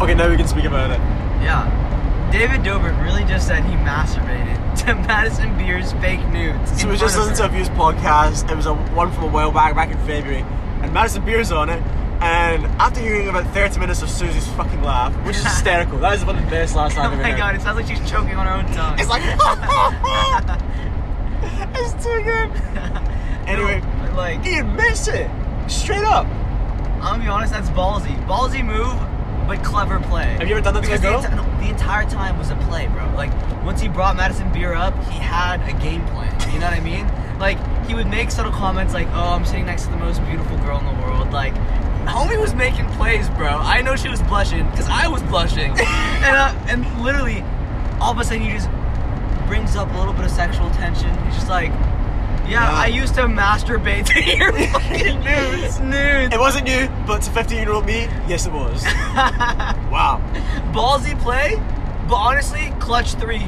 Okay, now we can speak about it. Yeah. David Dobrik really just said he masturbated to Madison Beer's fake nudes. So in we just front listened of to a her. Views podcast. It was a one from a while back, back in February, and Madison Beer's on it. And after hearing about 30 minutes of Susie's fucking laugh, which is hysterical, that is one of the best laughs I've Oh ever my heard. god, it sounds like she's choking on her own tongue. It's like, it's too good. Anyway, No, but like, he admits it straight up. I'm gonna be honest, that's ballsy. Ballsy move, but clever play. Have you ever done that to a because girl? The, enti- the entire time was a play, bro. Like, once he brought Madison Beer up, he had a game plan. You know what I mean? Like, he would make subtle comments like, oh, I'm sitting next to the most beautiful girl in the world. Like, homie was making plays, bro. I know she was blushing, because I was blushing. and, uh, and literally, all of a sudden, he just brings up a little bit of sexual tension. He's just like, yeah, Yeah. I used to masturbate to your fucking Nudes. nudes. Nudes. It wasn't you, but to 15 year old me, yes, it was. wow. ballsy play, but honestly, clutch three.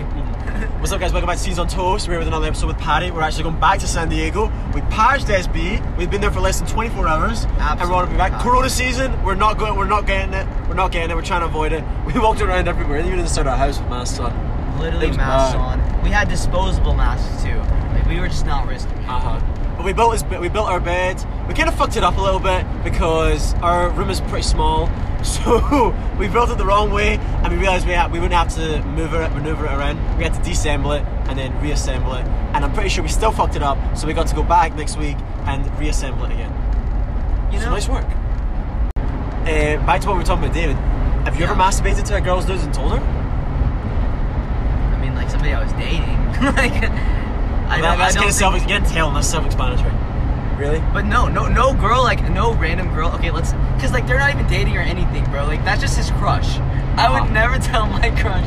What's up, guys? Welcome back to Seeds on Toast. We're here with another episode with Patty. We're actually going back to San Diego. We patched SB. We've been there for less than 24 hours, and we're Absolutely on to be back. not. Corona season. We're not going. We're not getting it. We're not getting it. We're trying to avoid it. We walked around everywhere, even inside our house with masks on. It Literally was masks bad. on. We had disposable masks too. Like we were just not risking. it. Uh huh. But we built this. We built our bed. We kind of fucked it up a little bit because our room is pretty small. So we built it the wrong way, and we realized we had, we wouldn't have to move it, maneuver it around. We had to deassemble it and then reassemble it. And I'm pretty sure we still fucked it up. So we got to go back next week and reassemble it again. You so know, nice work. Uh, back to what we were talking about, David. Have you ever Yeah. masturbated to a girl's nose and told her? I mean, like somebody I was dating. like, I That- don't. I that's don't kind of think, self. You can tell that's self-explanatory. Really? but no, no, no girl, like no random girl. Okay, let's, cause like they're not even dating or anything, bro. Like that's just his crush. I Uh-huh. would never tell my crush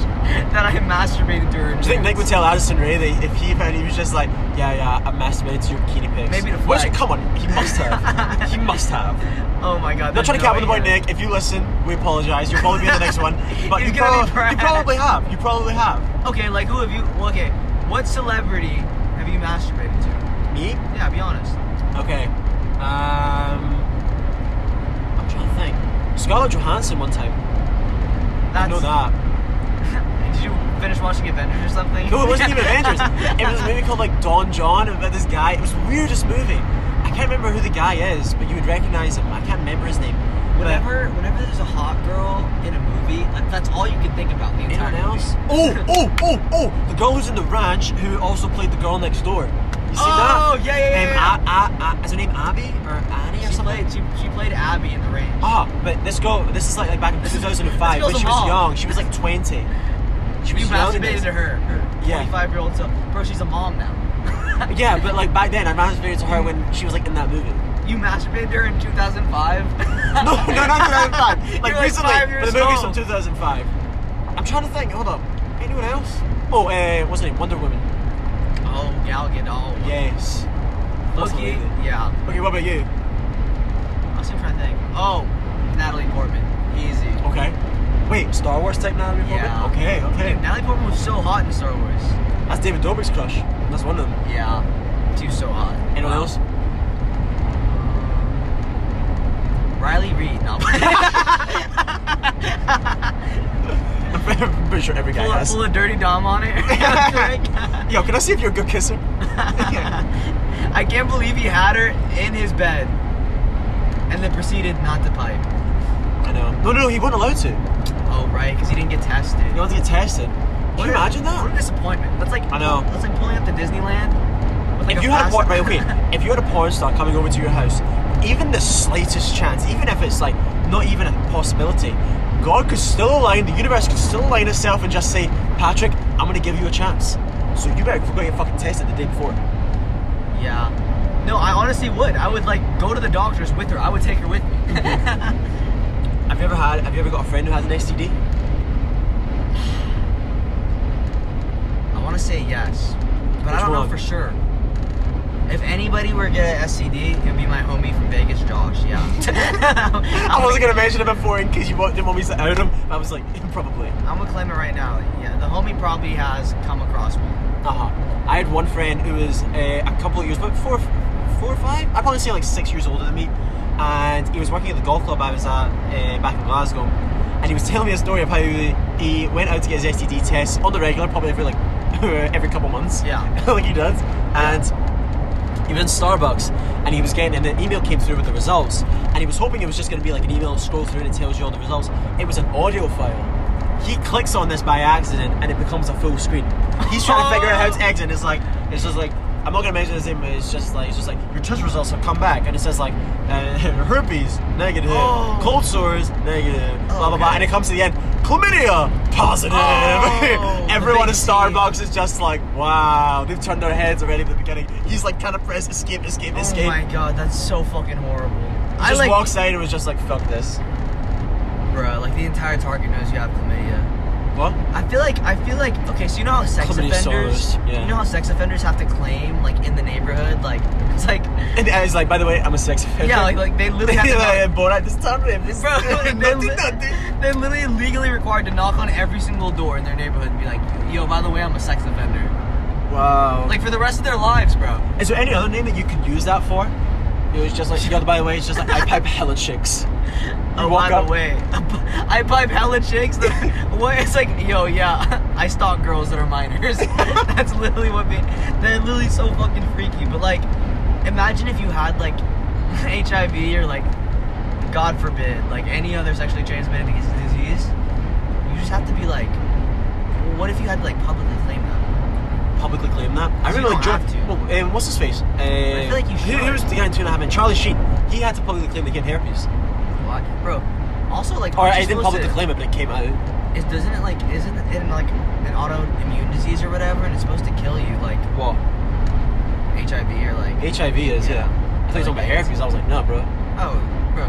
that I masturbated to her. Do you think Nick would nudes. tell Addison Ray that if he found he was just like, yeah, yeah, I masturbated to your bikini pics? Maybe the Which, flag. come on, he must have. he must have. I'm Oh my not god. there's trying to no cap on the way boy he- Nick. If you listen, we apologise. You'll probably be in the next one. But He's you, gonna be prob- you probably have. You probably have. Okay, like who have you? Well, okay, what celebrity have you masturbated to? Me? Yeah, be honest. Okay. Um, I'm trying to think. Scarlett Johansson one time. I That's, know that. Did you finish watching Avengers or something? No, it wasn't even Avengers. It was a movie called like Don John about this guy. It was the weirdest movie. I can't remember who the guy is, but you would recognize him. I can't remember his name. But- Whenever, whenever there's a hot girl in a movie, like, that's all you can think about the entire Anyone else? movie. Oh, oh, oh, oh! The girl who's in the ranch who also played the girl next door. You seen Oh, that? yeah, yeah, yeah, Um, A- A- A- is her name Abby or Annie or She something? played, she, she played Abby in The Range. Ah, but this girl, this is like, like back in This is- 2005 this when girl's she a was mom. young. She was like 20. She you was young. in masturbated this. to her, her Yeah. 25 year old self. Bro, she's a mom now. Yeah, but like back then, I masturbated to her when she was like in that movie. you masturbated to her in 2005? No, no, not 2005. Like You're recently, but five years the movie's old. from 2005. I'm trying to think. Hold up. Anyone else? Oh, uh, what's her name? Wonder Woman. Oh, Gal Gadot. Yes. Loki. Yeah. Okay, what about you? I was trying to think. Oh, Natalie Portman. Easy. Okay. Wait, Star Wars type Natalie Portman? Yeah. Okay, Dude, okay. Natalie Portman was so hot in Star Wars. That's David Dobrik's crush. That's one of them. Yeah. She was so hot. Anyone Wow. else? Riley Reed. No. I'm pretty sure every guy full, of, has. full of dirty dom on it. Like, Yo, can I see if you're a good kisser? I can't believe he had her in his bed, and then proceeded not to pipe. I know. No, no, no, he wasn't allowed to. Oh right, because he didn't get tested. He wanted to get tested. Can What you a- imagine that? What a disappointment. That's like I know. That's like pulling up to Disneyland. with, like, if you had a fast- porn, right, okay, if you had a porn star coming over to your house, even the slightest chance, even if it's like not even a possibility, God could still align, the universe could still align itself and just say, Patrick, I'm gonna give you a chance. So you better go get fucking tested the day before. Yeah. No, I honestly would. I would like go to the doctors with her. I would take her with me. Have you ever had? Have you ever got a friend who has an STD? I want to say yes, but Which I one? don't know for sure. If anybody were to get an STD, it'd be my homie from Vegas, Josh. Yeah. I wasn't gonna mention it before in case you wa- didn't want me to out him. but I was like, probably. I'm gonna claim it right now. Yeah, the homie probably has come across one. Uh-huh. I had one friend who was uh, a couple of years, but four, four or five. I'd probably say like six years older than me, and he was working at the golf club I was at uh, back in Glasgow, and he was telling me a story of how he, he went out to get his STD test on the regular, probably every like every couple months. Yeah. like he does, and he was in Starbucks and he was getting and an email came through with the results and he was hoping it was just going to be like an email scroll through and it tells you all the results it was an audio file he clicks on this by accident and it becomes a full screen he's trying to figure out how to Oh. exit and it's like it's just like I'm not gonna mention his name, but it's just like it's just like your test results have come back, and it says like uh, herpes negative, Oh. cold sores negative, blah blah Okay. blah, and it comes to the end, chlamydia positive. Oh, the Everyone big at C. Starbucks is just like, wow, they've turned their heads already at the beginning. He's like trying to press escape, escape, Oh escape. my god, that's so fucking horrible. He I just like, walks out and was just like, fuck this. bruh, like the entire Target knows you have chlamydia. What? I feel like, I feel like, okay, so you know how sex Chlamydia offenders, sores, yeah. you know how sex offenders have to claim, like, in the neighborhood, like, it's like, And he's like, by the way, I'm a sex offender. yeah, like, like they literally He's have like, to. knock- "Yeah, Borat, this time, this Bro, they're, nothing, li- nothing. they're literally legally required to knock on every single door in their neighborhood and be like, yo, by the way, I'm a sex offender. Wow. Like for the rest of their lives, bro. Is there any other name that you could use that for? It was just like, you know, by the way, it's just like, I pipe hella chicks. oh, walk by up- the way, I pipe hella chicks. that- what? It's like, yo, yeah, I stalk girls that are minors. That's literally what me. They're literally so fucking freaky. But like, imagine if you had like HIV or like, God forbid, like any other sexually transmitted disease. You just have to be like, what if you had to like publicly claim that? Publicly claim that. I You really like don't John. have to. Well, um, what's his face? Uh, I feel like you Who, should. who was the guy in Two and a Half Men? Charlie Sheen. He had to publicly claim the kid herpes. Why? Bro, also like Or aren't I you didn't supposed publicly to- claim it, but it came out. Is doesn't it like isn't it in like an autoimmune disease or whatever and it's supposed to kill you like What? HIV or like HIV is, yeah. Yeah. I thought he was talking about Like AIDS. herpes. I was like, no, bro. oh bro.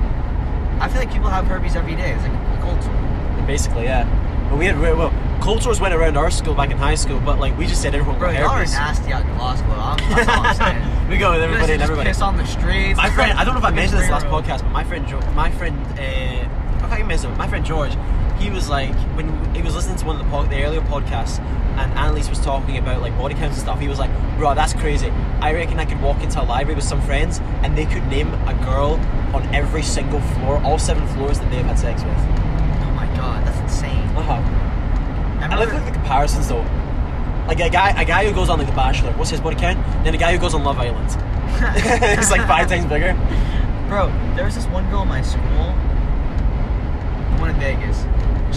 I feel like people have herpes every day. It's like a cold sore. Basically, yeah. But we had, well, cold sores went around our school back in high school, but like, we just said everyone Bro, got y'all are herpes. nasty out in law school. I'm, that's all I'm saying. we go with You guys everybody should and just everybody. piss on the streets. My friend, I don't know if I Look at mentioned this last railroad. podcast, but my friend, jo- my friend, uh, I can't even mention it. My friend George, he was like when he was listening to one of the, pod, the earlier podcasts, and Annalise was talking about like body counts and stuff. He was like, "Bro, that's crazy. I reckon I could walk into a library with some friends, and they could name a girl on every single floor, all seven floors that they've had sex with." Oh my god, that's insane. Uh huh. I I like remember, the comparisons though. Like a guy, a guy who goes on like The Bachelor, what's his body count? Then a guy who goes on Love Island, it's like five times bigger. Bro, there was this one girl in my school, the one in Vegas.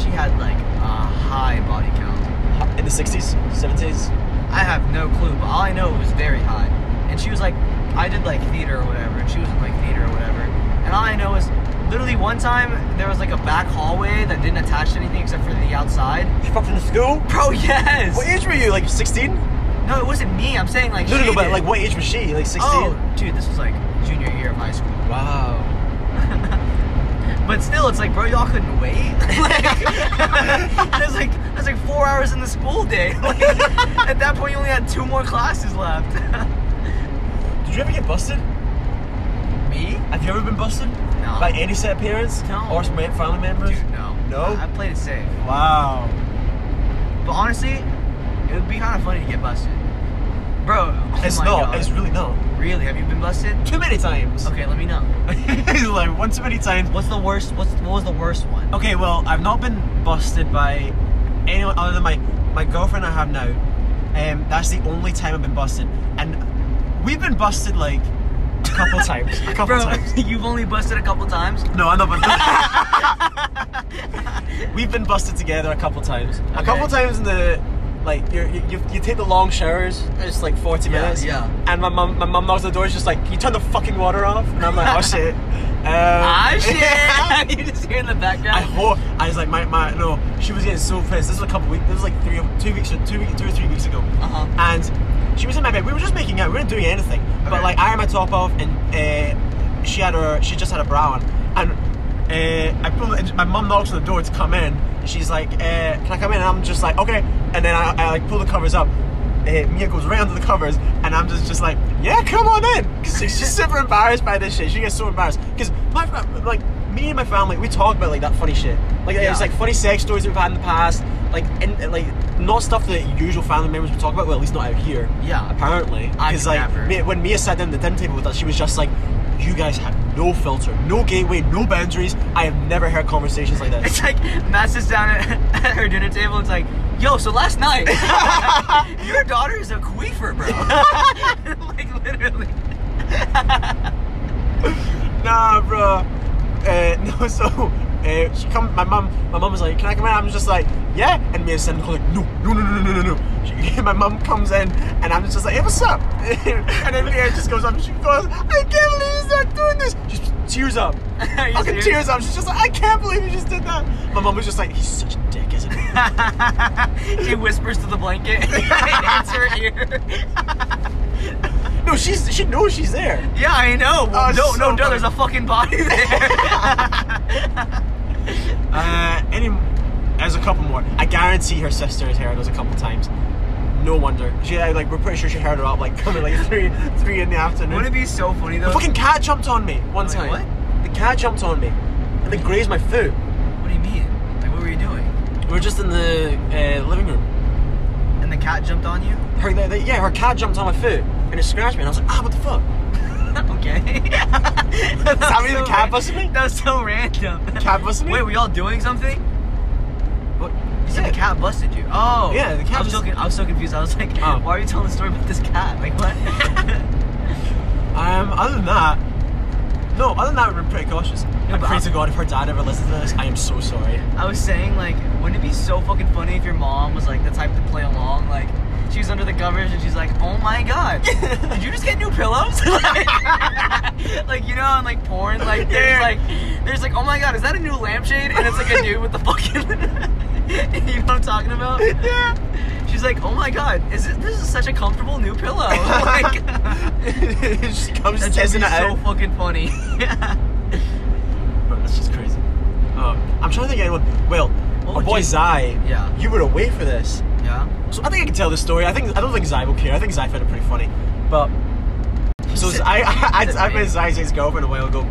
She had like a high body count. In the sixties, seventies. I have no clue, but all I know it was very high. And she was like, I did like theater or whatever, and she was in like theater or whatever. And all I know is literally one time there was like a back hallway that didn't attach to anything except for the outside. She fucked in the school? Bro, yes! What age were you? Like 16? No, No, it wasn't me. I'm saying like no, she no, but did. like what age was she? Like 16? Oh, dude, this was like junior year of high school. Wow. But still, it's like, bro, y'all couldn't wait. like, that's like that's like four hours in the school day. Like, at that point, you only had two more classes left. Did you ever get busted? Me? Have you ever been busted? No. By any set of parents? Uh, No. Or some ma- family members? Dude, no. No? I, I played it safe. Wow. But honestly, it would be kind of funny to get busted, bro. oh it's my not. God. It's really not. really. Have you been busted? Too many times. Okay, let me know. like one too many times. What's the worst? What's what was the worst one? Okay, well, I've not been busted by anyone other than my my girlfriend I have now. Um, that's the only time I've been busted, and we've been busted like a couple times. A couple bro, times. Uh, you've only busted a couple times. No, I'm not. But We've been busted together a couple times. A Okay. couple times in the like you're, you you you take the long showers. It's like 40 Yeah, minutes. yeah. And my mum my mum knocks on the door. She's just like, "Can you turn the fucking water off?" And I'm like, "Oh shit." Um, Ah shit! you just hear in the background. I hope I was like my, my no. She was getting so pissed. This was a couple weeks. This was like three, two weeks, two weeks, two or three weeks ago. Uh-huh. And she was in my bed. We were just making out. We weren't doing anything. But Okay. like I had my top off, and uh, she had her. She just had a bra on, and uh, I pull. And my mum knocks on the door to come in. And she's like, uh, "Can I come in?" And I'm just like, "Okay." And then I, I like pull the covers up. Uh, Mia goes right under the covers, and I'm just just like, "Yeah, come on in," because she's super embarrassed by this shit. She gets so embarrassed because my fam- like me and my family, we talk about like that funny shit. Like Yeah. it's like funny sex stories that we've had in the past, like and like not stuff that usual family members would talk about. Well, at least not out here. Yeah. apparently. I Because could like never. me- when Mia sat down at the dinner table with us, she was just like, "You guys had no filter, no gateway, no boundaries. I have never heard conversations like this. It's like Matt sits down at, at her dinner table. It's like, yo, so last night, your daughter is a queefer, bro. like literally. nah, bro. Uh, no, so uh, she come. My mum, my mum was like, "Can I come in?" I'm just like, "Yeah." And me and Sam were like, "No, no, no, no, no, no, no." She, my mum comes in, and I'm just like, "Hey, what's up?" and then Mia just goes up. And she goes, "I can't believe he's not doing this." She just tears up. Are you Fucking serious? tears up. She's just like, "I can't believe he just did that." My mum was just like, "He's such a dick, isn't he?" she whispers to the blanket. it's her ear. no, she's she knows she's there. Yeah, I know. Oh, no, so no, duh, there's a fucking body there. Uh, any, there's a couple more. I guarantee her sister has heard us a couple times. No wonder. She I, like we're pretty sure she heard her up like coming like three three in the afternoon. Wouldn't it be so funny though? The fucking cat jumped on me one Wait, time. what? The cat jumped on me and then grazed my foot. What do you mean? Like, what were you doing? We were just in the uh, living room. And the cat jumped on you? Her, the, the- yeah, her cat jumped on my foot and it scratched me. And I was like, ah, what the fuck? okay. that was how many the cat ran- busted me? That was so random. Cat busted me? Wait, were y'all doing something? What? You said the Yeah. cat busted you. Oh. Yeah, the cat I was, so just- con- I was so confused. I was like, Oh. why are you telling the story about this cat? Like, what? Um, other than that, no, other than that, we've been pretty cautious. I but pray I- to God if her dad ever listens to this, I am so sorry. I was saying, like, wouldn't it be so fucking funny if your mom was like the type to play along? Like, she's under the covers and she's like, oh my god, did you just get new pillows? like, you know, on like porn, like, there's Yeah. like, there's like, oh my god, is that a new lampshade? And it's like a dude with the fucking, you know what I'm talking about? Yeah. She's like, oh my god, is this, this is such a comfortable new pillow? like, she comes that's just testing so it out. fucking funny. Bro, that's just crazy. Uh, I'm trying to think of anyone. Well, What my would boy you- Zai, Yeah. you were away for this. yeah. So I think I can tell this story. I think I don't think Zai will care. I think Zai found it pretty funny. But so Sit- I I, sit I, I me. met Zai's ex-girlfriend a while ago,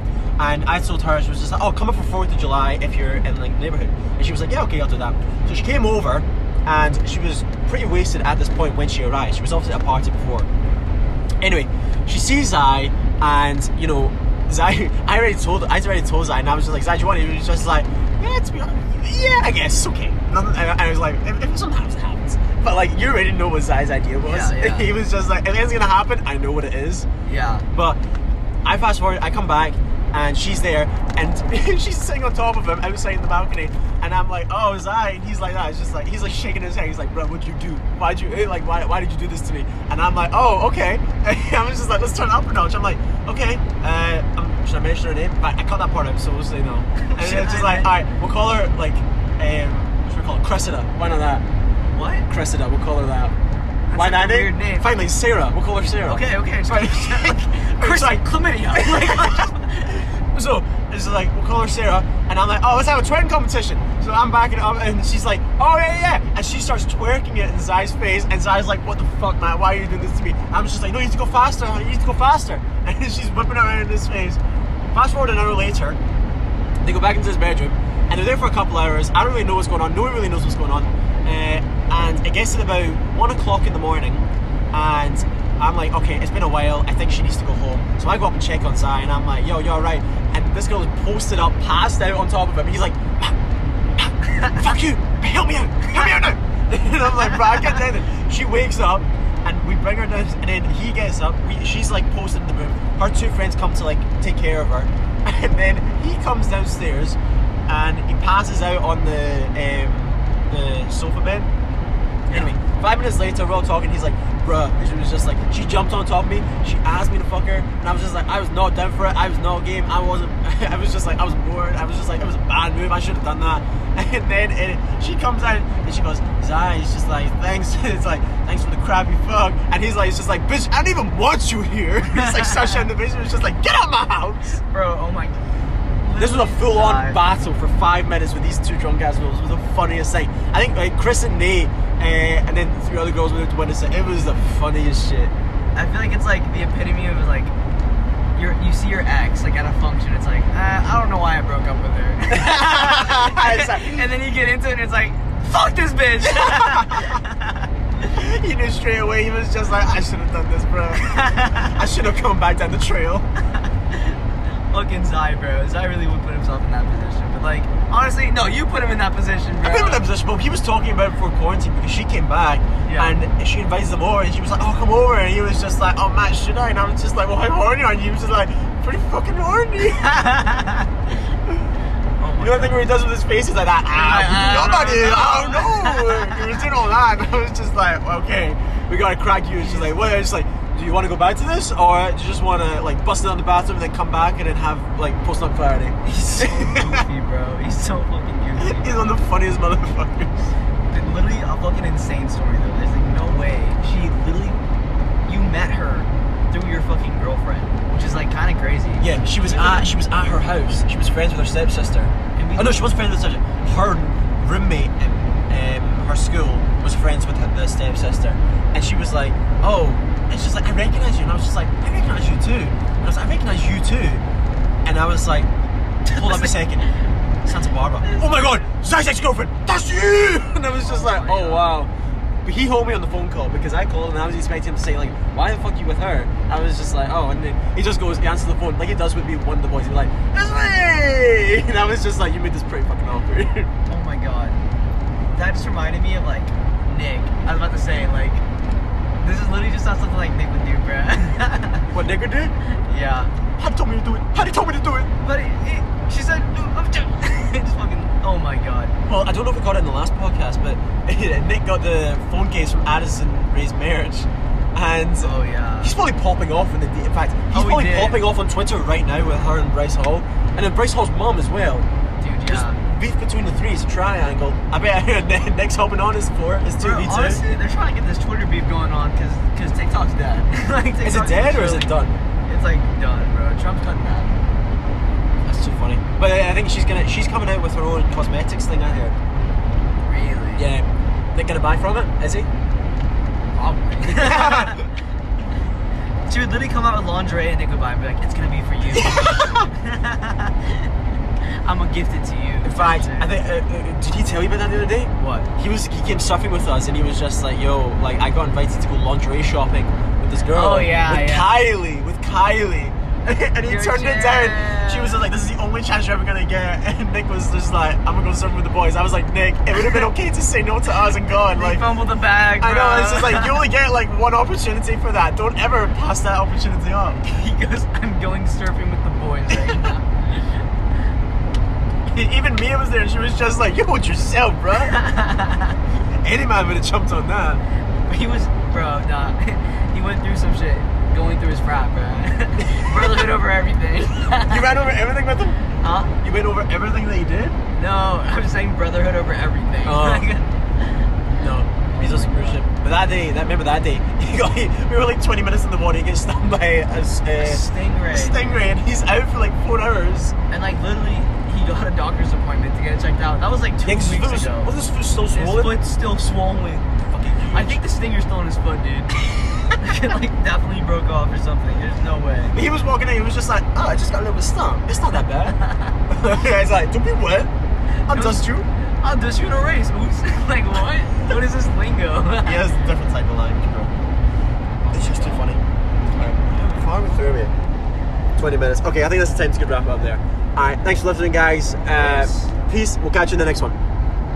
and I told her she was just like, "Oh, come up for Fourth of July if you're in like the neighborhood." And she was like, "Yeah, okay, I'll do that." So she came over, and she was pretty wasted at this point when she arrived. She was obviously at a party before. Anyway, she sees Zai, and you know, Zai. I already told. I already told Zai, and I was just like, Zai, do you want it? And he was just like, yeah, to be honest, yeah, I guess, okay. Nothing- And I was like, if, if sometimes it happens, but like, you already know what Zai's idea was. Yeah, yeah. he was just like, if anything's gonna happen, I know what it is. Yeah. But I fast forward, I come back, and she's there, and she's sitting on top of him outside in the balcony, and I'm like, oh, Zai, and he's like that. It's just like he's like shaking his head. He's like, bro, what'd you do? Why'd you eh, like why, why did you do this to me? And I'm like, oh, okay. I'm just like, let's turn it up a notch. I'm like, okay. Uh, um, should I mention her name? But I cut that part out, so we'll say no. And then it's just like, all right, we'll call her like, um, what should we call her? Cressida. Why not that? What? Cressida. We'll call her that. Why like a not weird name. Finally, Sarah. We'll call her Sarah. Okay, okay. Sorry. Chris, Sorry. chlamydia. oh So it's like we'll call her Sarah, and I'm like, oh, let's have a twerking competition. So I'm backing up, and she's like, oh yeah, yeah, yeah. and she starts twerking it in Zai's face, and Zai's like, what the fuck, man? Why are you doing this to me? I'm just like, no, you need to go faster, honey. you need to go faster, and she's whipping it around in his face. Fast forward an hour later, they go back into his bedroom, and they're there for a couple hours. I don't really know what's going on. No one really knows what's going on. Uh, and it gets to about one o'clock in the morning, and I'm like, okay, it's been a while. I think she needs to go home. So I go up and check on Zai, and I'm like, yo, you're right. And this girl is posted up, passed out on top of him. He's like, fuck you, help me out, help me out now. and I'm like, bro, I can't do anything. She wakes up and we bring her down, and then he gets up. We, she's like posted in the room. Her two friends come to like take care of her, and then he comes downstairs and he passes out on the um, the sofa bed. Anyway, five minutes later, we're all talking. He's like, bruh. And she was just like, she jumped on top of me. She asked me to fuck her. And I was just like, I was not down for it. I was not game. I wasn't, I was just like, I was bored. I was just like, it was a bad move. I should have done that. And then it, she comes out and she goes, Zai, he's just like, thanks. It's like, thanks for the crappy fuck. And he's like, he's just like, bitch, I didn't even want you here. It's like, Sasha in the basement was just like, get out of my house. Bro, oh my. This was a Zai. full-on battle for five minutes with these two drunk ass girls. It was the funniest thing. I think like Chris and Nate, uh, and then three other girls went to win this. It was the funniest shit. I feel like it's like the epitome of like, you you see your ex like at a function. It's like uh, I don't know why I broke up with her. It's like, and then you get into it and it's like, fuck this bitch. he knew straight away. He was just like, I should have done this, bro. I should have come back down the trail. fucking Zai, bro. Zai really would put himself in that position. But like, honestly, no, you put him in that position, bro. I put him in that position, but he was talking about it before quarantine because she came back Yeah. and she invited him over and she was like, oh, come over. And he was just like, oh, Matt, should I? And I was just like, well, how horny are you? He was just like, pretty fucking horny. oh my You know the God. thing where he does with his face? He's like, ah, ah, I- I nobody, don't oh know." no. He was doing all that. And I was just like, okay, we gotta crack you. And she's like, what? It's like, do you want to go back to this, or do you just want to like bust it on the bathroom and then come back and then have like post nut clarity? He's so goofy, bro. He's so fucking goofy. He's one of the funniest motherfuckers. literally a fucking insane story though. There's like no way she literally you met her through your fucking girlfriend, which is like kind of crazy. Yeah, she was at she was at her house. She was friends with her stepsister. we- Oh no, she was friends with her stepsister. Her roommate at um, her school was friends with her, the stepsister, and she was like, "Oh," and she's like, "I recognize you," and I was just like, "I recognize you too." And I was like, "I recognize you too," and I was like, "Hold up a second, Santa Barbara." Oh my God, Zach's ex-girlfriend. That's you. And I was just like, my "Oh God. wow." But he told me on the phone call because I called and I was expecting him to say like, "Why the fuck you with her?" I was just like, "Oh," and then he just goes, he answers the phone like he does with me. One of the boys, he's like, "That's me," and I was just like, "You made this pretty fucking awkward." Oh my god. That just reminded me of like Nick. I was about to say like this is literally just not something like Nick would do, bro. what nigga did? yeah. How told me to do it? How told me to do it? But it, it, she said, "No, I'm done." just fucking. Oh my god. Well, I don't know if we got it in the last podcast, but Nick got the phone case from Addison Ray's marriage, and Oh yeah. He's probably popping off in the in fact, he's Oh, he probably did. popping off on Twitter right now with her and Bryce Hall, and then Bryce Hall's mum as well. Dude, There's yeah. beef between the three is a triangle. I bet Nick's hopping on his four. It's two Bro, v two. honestly, they're trying to get this Twitter beef going on because because TikTok's dead. like, Is it TikTok dead or is really- it done? It's like done, bro. Trump's done that. That's too funny. But I I think she's gonna she's coming out with her own cosmetics thing. I heard. Really? Yeah. Nick gonna buy from it? Is he? Probably. she would literally come out with lingerie and they would buy and be like, "It's gonna be for you. I'm gonna gift it to you." In fact, I think uh, uh, did he tell you about that the other day? What? He was he came surfing with us and he was just like, yo, like I got invited to go lingerie shopping with this girl. Oh, yeah, With yeah. Kylie, with Kylie. and he Your turned it down. She was just like, this is the only chance you're ever gonna get. And Nick was just like, I'm gonna go surfing with the boys. I was like, Nick, it would have been okay to say no to us and gone. They Like fumbled the bag. Bro. I know, it's just like you only get like one opportunity for that. Don't ever pass that opportunity up. he goes, "I'm going surfing with the boys right now." Even Mia was there and she was just like, you hold yourself, bruh. Any man would have jumped on that. He was, bro, nah. He went through some shit, going through his frat, bro. Brotherhood over everything. You ran over everything with him? huh? You went over everything that he did? No, I'm just saying brotherhood over everything. Oh. Like, No, he's a cruise ship. But that day, that remember that day, he got, he, we were like 20 minutes in the water. He gets stung by a, s- a uh, stingray. stingray, and he's out for like four hours. and like literally, he got a doctor's appointment to get it checked out. That was like two Yeah, 'cause his weeks foot was, ago. was his foot still his swollen? foot's still swollen. Fucking huge. I think the stinger's still in his foot, dude. It, like definitely broke off or something. There's no way. But he was walking in. He was just like, "Oh, I just got a little bit stung. It's not that bad." yeah, he's like, "Don't be wet. I'll It was- dust you." I'll just shoot a race. Oops. like what? What is this lingo? He has a different type of language, bro. It's just too funny. Alright, Far we through it. 20 minutes. Okay, I think that's the time to good wrap up there. All right, thanks for listening, guys. Uh, Yes. Peace. We'll catch you in the next one.